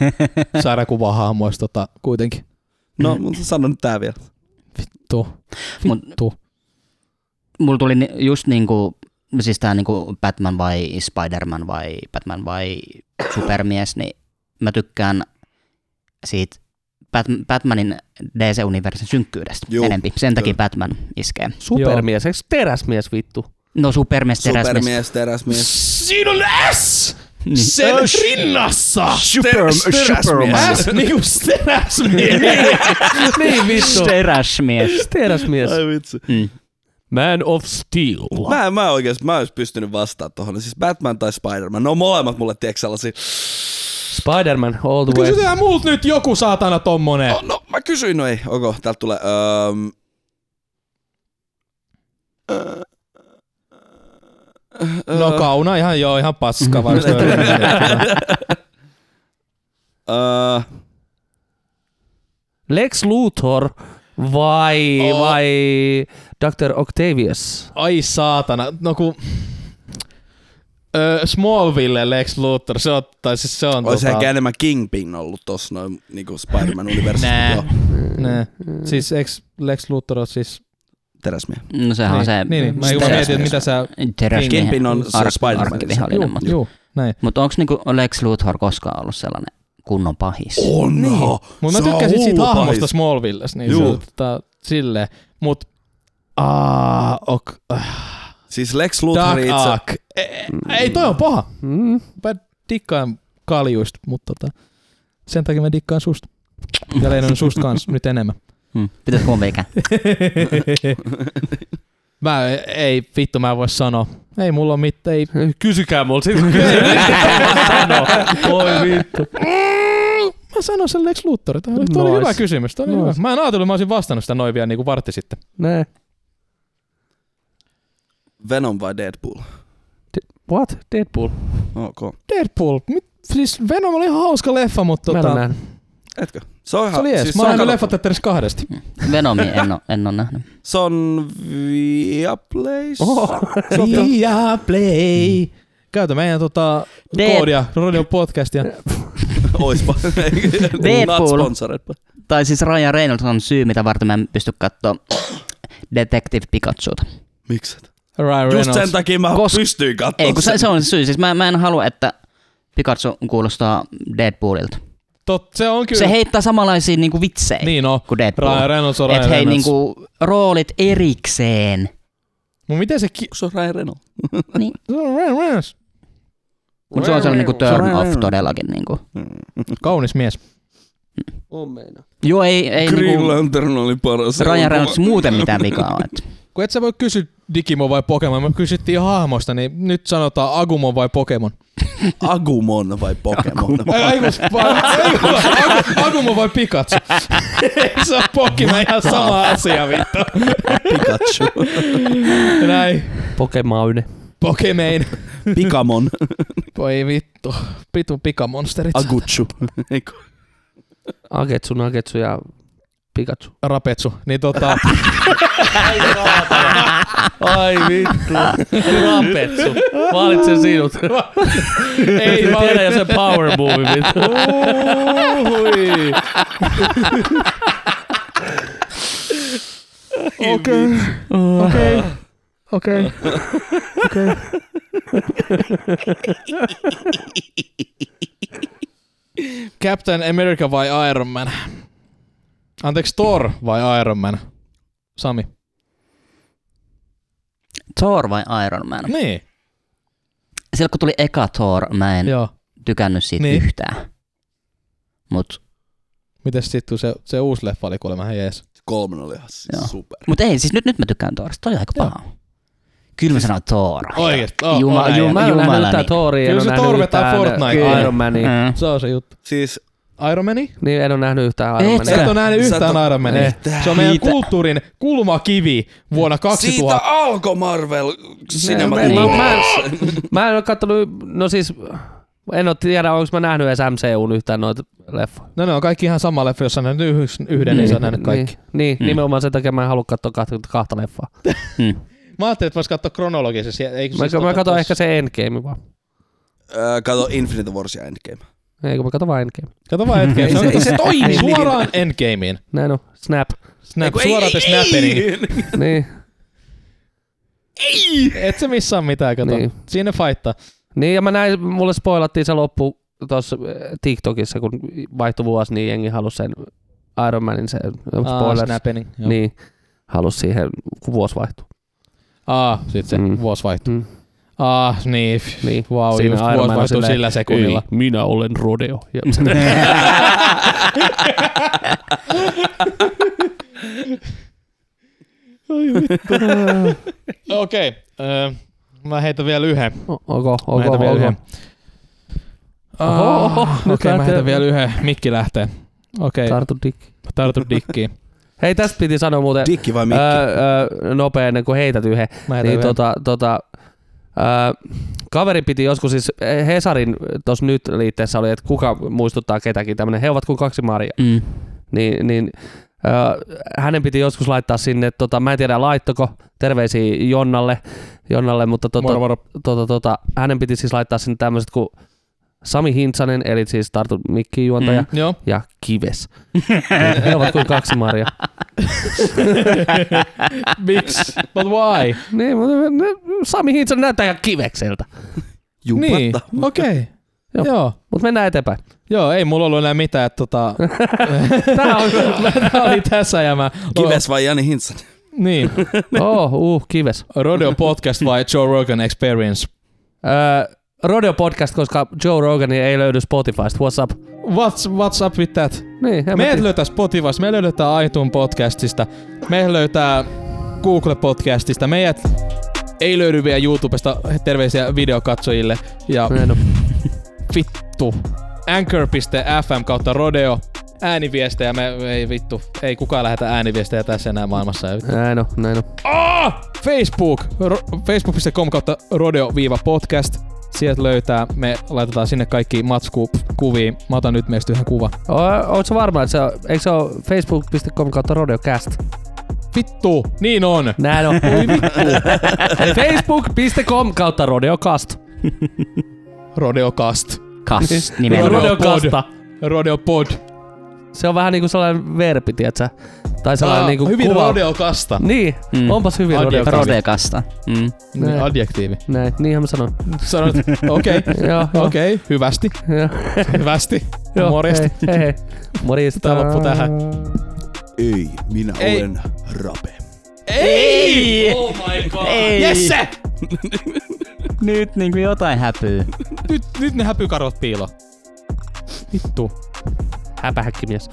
S2: sarjakuvahahmoissa tota, kuitenkin.
S4: No, mutta sano nyt tää vielä.
S2: Tuo.
S3: Mut-
S2: Vittu.
S3: Mulla tuli ni- just niinku, siis tää niinku Batman vai Spider-Man vai Batman vai Supermies, niin mä tykkään siitä Bat- Batmanin DC-universin synkkyydestä
S4: Juu,
S3: enempi. Sen takia Batman iskee.
S1: Supermies, eikö teräsmies vittu?
S3: No Supermies, Teräsmies.
S4: Supermies, teräsmies.
S2: Siinä on S!
S3: Niin.
S2: rinnassa!
S4: Super,
S3: Superman.
S2: S niinku teräsmies.
S1: niin vittu.
S3: Teräsmies.
S1: Teräsmies.
S4: Ai vitsi.
S3: Mm.
S1: Man of Steel.
S4: Mä, mä oikeesti, mä en ois pystynyt vastaa tohon. Siis Batman tai Spider-Man, ne on molemmat mulle, tiedätkö sellaisia.
S1: Spider-Man all the way.
S2: No Kysytään muut nyt joku saatana tommonen.
S4: No, no mä kysyin, no ei, ok, täältä tulee. Um,
S2: No kauna ihan joo, ihan paska. Vaan
S4: uh,
S1: Lex Luthor vai,
S2: Oh.
S1: vai Dr. Octavius?
S2: Ai saatana. No kun... Ö, Smallville Lex Luthor, se on, tai siis se on
S4: ois
S2: tota...
S4: ehkä enemmän Kingpin ollut tossa noin niinku Spider-Man universumissa.
S2: Nää.
S4: Joo,
S2: Nää. Siis eks Lex Luthor on siis...
S4: teräsmies.
S3: No sehän on
S2: niin,
S3: se...
S2: niin, niin, mä, mä mietin, että mitä sä...
S3: Teräsmiehen
S4: Kingpin Niin, on se
S3: ark-
S4: Spider-Man.
S3: arkkivihollinen, mutta
S2: Juu, näin.
S3: Mutta onko niinku Lex Luthor koskaan ollut sellainen kunnon pahis?
S4: On, niin.
S2: Mutta mä tykkäsin siitä hahmosta Smallvilles, niin Juu.
S4: Juu.
S2: se tota, silleen. Mut... Aa, ok.
S4: Siis Lex
S2: Dark
S4: Luthor itse.
S2: Ark. Ei, ei, toi on paha.
S1: Mm.
S2: Mä dikkaan kaljuista, mutta tota, sen takia mä dikkaan susta. Ja Leinonen susta kans nyt enemmän.
S3: Hmm. Pitäis kumpi ikään?
S2: Mä ei, vittu mä en voi sanoa. Ei mulla mit, ei.
S1: Kysykää mulla sit, kun kysyy. Voi vittu.
S2: Mä sanon sen Lex Luthor. Tämä oli, toi oli
S1: Nice.
S2: hyvä kysymys. Toi oli
S1: Nice.
S2: hyvä. Mä en ajatellut, mä olisin vastannut sitä noin vielä niin kuin vartti sitten.
S1: Näin.
S4: Venom vai Deadpool?
S1: What? Deadpool?
S4: Ok.
S2: Deadpool. Mit, siis Venom oli ihan hauska leffa, mutta
S1: Mä en oo
S2: tota,
S1: nähnyt.
S4: Etkö? Se on,
S2: se oli
S4: ihan-
S2: jees.
S4: Siis
S2: mä
S4: se,
S2: oon
S4: on
S2: nähnyt
S4: kato-
S2: leffat teatterissa kahdesti.
S3: Venomi en oo, en oo nähnyt.
S4: se on Viaplay.
S1: Oho.
S4: Se on totta.
S2: Ja play.
S1: Mm.
S2: Käytä meidän tota,
S3: Dead-
S2: koodia, Rodion podcastia.
S4: Oispa. Not
S3: Deadpool.
S4: sponsored. but-
S3: Tai siis Ryan Reynolds on syy, mitä varten mä en pysty katsoa Detective Pikachuta.
S4: Miksi? et?
S2: Ryan
S4: Just
S2: Reynolds.
S4: sen takia mä
S3: Kos-
S4: pystyin katsomaan.
S3: Ei, kun se, se on se syy. Siis mä, mä en halua, että Pikachu kuulostaa Deadpoolilta.
S2: Tot, se on kyllä.
S3: Se heittää samanlaisia niinku vitsejä
S2: Niin on.
S3: kuin Deadpool.
S2: Ryan Reynolds on
S3: Että
S2: Ryan
S3: hei
S2: Reynolds.
S3: niinku roolit erikseen.
S2: Mut miten se ki...
S4: se on Ryan Reynolds.
S2: Se on Ryan Reynolds.
S3: Mutta se on sellainen niinku turn off todellakin. Niinku.
S2: Kaunis mies.
S1: On meina.
S3: Joo, ei, ei
S4: Green
S3: niinku,
S4: Lantern oli paras.
S3: Ryan
S4: elokuva.
S3: Reynolds muuten mitään vikaa on. Et.
S2: Kun et sä voi kysyä Digimon vai Pokemon, me kysyttiin hahmoista, niin nyt sanotaan Agumon vai Pokemon.
S4: Agumon vai Pokemon?
S2: Ei, ei, kun, vaan- ei, kun, Agu- Agumon vai Pikachu? Ei se on Pokemon ihan sama asia, vittu.
S4: Pikachu.
S2: Näin.
S1: Pokemaune.
S2: Pokemein.
S4: Pikamon.
S2: Voi vittu. Pitu pikamonsterit.
S4: Aguchu. Eiku.
S1: Agetsu, Nagetsu ja Pikachu.
S2: Rapetsu. Niin tota,
S1: Ai vittu. Rapetsu. Valitsen sinut.
S2: ei
S1: Ei
S2: mä
S1: tiedä
S2: olin,
S1: jo sen power move vittu.
S2: Uhui. Okei. Okei. Okei. Okei. Captain America vai Iron Man? Anteeksi, Thor vai Iron Man? Sami.
S3: Thor vai Iron Man?
S2: Niin.
S3: Silloin kun tuli eka Thor, mä en
S2: Joo.
S3: tykännyt siitä
S2: Niin.
S3: yhtään. Mut,
S2: Mites sitten se, se uusi leffa oli kuulemma ihan jees?
S4: Kolmen oli ihan
S3: Joo.
S4: siis super.
S3: mut ei, siis nyt, nyt mä tykkään Thorista. Toi on aika
S2: Joo. Siis
S3: paha. Kyllä mä sanon Thor.
S2: Oikeesti. Oh,
S3: Juma-
S2: äijä.
S3: juma-
S1: Mä en ole nähnyt
S3: Jumalani.
S1: yhtään Thoria, en
S2: Kyllä
S1: ole
S2: se
S1: nähnyt
S2: Thor vetää
S1: yhtään
S2: Fortnite.
S1: Iron Mania.
S3: Mm.
S2: Se on se juttu.
S4: Siis
S2: Iron Mani?
S1: Niin, en ole nähnyt yhtään
S3: Et
S1: Iron
S2: Sä
S1: Mania.
S2: et ole nähnyt
S4: Sä et
S2: yhtään
S4: oo-
S2: Iron Mania.
S4: Mitä?
S2: Se on meidän
S3: Mitä?
S2: kulttuurin kulmakivi vuonna
S4: siitä
S2: 2000.
S4: alkoi Marvel Cinema.
S1: Mä-
S2: Niin.
S1: mä- mä-
S4: Universe.
S1: Mä en ole kattonut, no siis, en ole tiedä, onko mä nähnyt edes MCUn yhtään noita leffoja.
S2: No ne on kaikki ihan sama leffa, jos sä nähnyt yhden, yhden niin sä oot nähnyt kaikki.
S1: Niin, niin
S3: Mm.
S1: nimenomaan sen takia mä en halua katsoa kahta, kahta leffaa.
S3: Mm.
S2: Mä ajattelin, että vois katsoa kronologisesti. Eikö
S1: Mä,
S2: siis
S1: mä
S2: tota
S1: katson
S2: tos-
S1: ehkä se Endgame vaan.
S4: Ää, Kato Infinite Wars ja Endgame.
S1: Eikö mä katson vaan Endgame.
S2: Kato vaan Endgame.
S4: Ei se- ei se toimi.
S2: Suoraan Endgameen.
S1: Näin on. Snap.
S2: Snap,
S4: Eiku, ei,
S2: suoraan
S4: ei,
S2: te snapperiin.
S4: ei.
S1: niin,
S2: Et se missaa mitään, kato.
S1: Niin.
S2: Siinä fighttaa.
S1: niin, ja mä näin, mulle spoilattiin se loppu tuossa eh, TikTokissa, kun vaihtui vuosi, niin jengi halusi sen Iron Manin se
S2: Aa,
S1: spoiler.
S2: snappening. Joo.
S1: Niin, halusi siihen, kun vuosi vaihtui.
S2: Aa, sit se
S1: Mm.
S2: vuosi vaihtuu.
S1: Mm.
S2: Ah, niin.
S1: Niin.
S2: Wow,
S1: Siinä
S2: just
S1: Iron Man
S2: vuosi
S1: on
S2: vaihtuu
S1: silleen,
S2: sillä sekunnilla.
S1: Ei, minä olen Rodeo. Ja
S2: Okei. öö, Mä heitän vielä yhden.
S1: O- Onko,
S2: Mä
S1: onko,
S2: heitän vielä
S1: onko.
S2: yhden.
S1: Oho,
S2: Ah,
S1: oho,
S2: Okei,
S1: nyt
S2: mä heitän
S1: lähtee.
S2: vielä yhden. Mikki lähtee. Okei,
S1: Tartu dik.
S2: tartu dikkiin.
S1: Hei, tästä piti sanoa muuten
S4: Dikki vai
S1: öö,
S4: Mikki?
S1: öö, nopea ennen kuin heität yhden.
S2: Mä heitän
S1: Niin,
S2: yhden.
S1: tota, tota, öö, kaveri piti joskus siis eh, Hesarin tuossa nyt liitteessä oli, että kuka muistuttaa ketäkin tämmönen. He ovat kuin kaksi Maria.
S3: Mm.
S1: Niin, niin öö, hänen piti joskus laittaa sinne, tota, mä en tiedä laittoko, terveisiä Jonnalle, Jonnalle mutta tota,
S2: Moro, moro.
S1: tota, tota, hänen piti siis laittaa sinne tämmöiset kuin Sami Hintsanen, eli siis Tartu Mikki juontaja,
S3: Mm.
S2: Joo.
S1: ja kives. He ovat kuin kaksi marja.
S2: Miksi? But why?
S1: Niin, mutta ne, Sami Hintsanen näyttää ihan kivekseltä.
S4: Jumpatta.
S2: Niin, okei.
S1: Joo.
S2: Joo.
S1: Mutta mennään eteenpäin.
S2: Joo, ei mulla ollut enää mitään, että tota...
S1: Tää on
S2: Tää oli tässä ja mä...
S4: Kives vai Jani Hintsan?
S2: Niin.
S1: Oh, uh, kives.
S2: Rodeo Podcast vai Joe Rogan Experience?
S1: Öö, Rodeo Podcast, koska Joe Rogani ei löydy Spotifysta. What's up?
S2: What's, what's up with that?
S1: Niin, en mä
S2: Meidät
S1: tiedä.
S2: löytää Spotifysta, me löydetään iTunes podcastista, me löytää Google podcastista, meidät ei löydy vielä YouTubesta terveisiä videokatsojille ja
S1: Näin on.
S2: vittu. Anchor.fm kautta Rodeo ääniviestejä, me ei vittu, ei kukaan lähetä ääniviestejä tässä enää maailmassa. Ei vittu.
S1: Näin on, näin on.
S2: Facebook, ro, facebook.com kautta rodeo-podcast. Sieltä löytää, me laitetaan sinne kaikki matsku kuvia. Mä otan nyt meistä yhden kuva.
S1: O- Ootko varma, että se on, eikö se ole facebook.com kautta rodeocast?
S2: Vittu, niin on.
S1: Näin on. Voi vittu. Eli facebook.com kautta rodeocast.
S2: Rodeocast.
S3: Kas, nimenomaan.
S2: Rodeo Pod.
S1: Rodeocasta.
S2: Rodeo Pod.
S1: Se on vähän niinku sellainen verbi, tiedätkö? Tai sellainen
S2: Aa,
S1: niinku
S2: hyvin
S1: kuva.
S2: rodeokasta.
S1: Niin, mm.
S3: Mm.
S1: onpas hyvin
S2: Adjektiivi.
S1: rodeokasta.
S3: Rodekasta. Mm.
S2: Niin, Adjektiivi.
S1: Näin, niinhän mä sanoin.
S2: Sanoit, okei,
S1: Joo, joo.
S2: okei, hyvästi,
S1: joo,
S2: hyvästi,
S1: joo,
S2: morjesta.
S1: Hei, hei, hei. Morjesta.
S2: Tää loppu tähän.
S4: Ei, minä
S2: Ei.
S4: olen Rape.
S2: Ei!
S3: Ei!
S2: Jesse!
S3: Nyt niinku jotain häpyy.
S2: Nyt, nyt ne häpykarvat piilo. Vittu.
S1: Häpähäkkimies.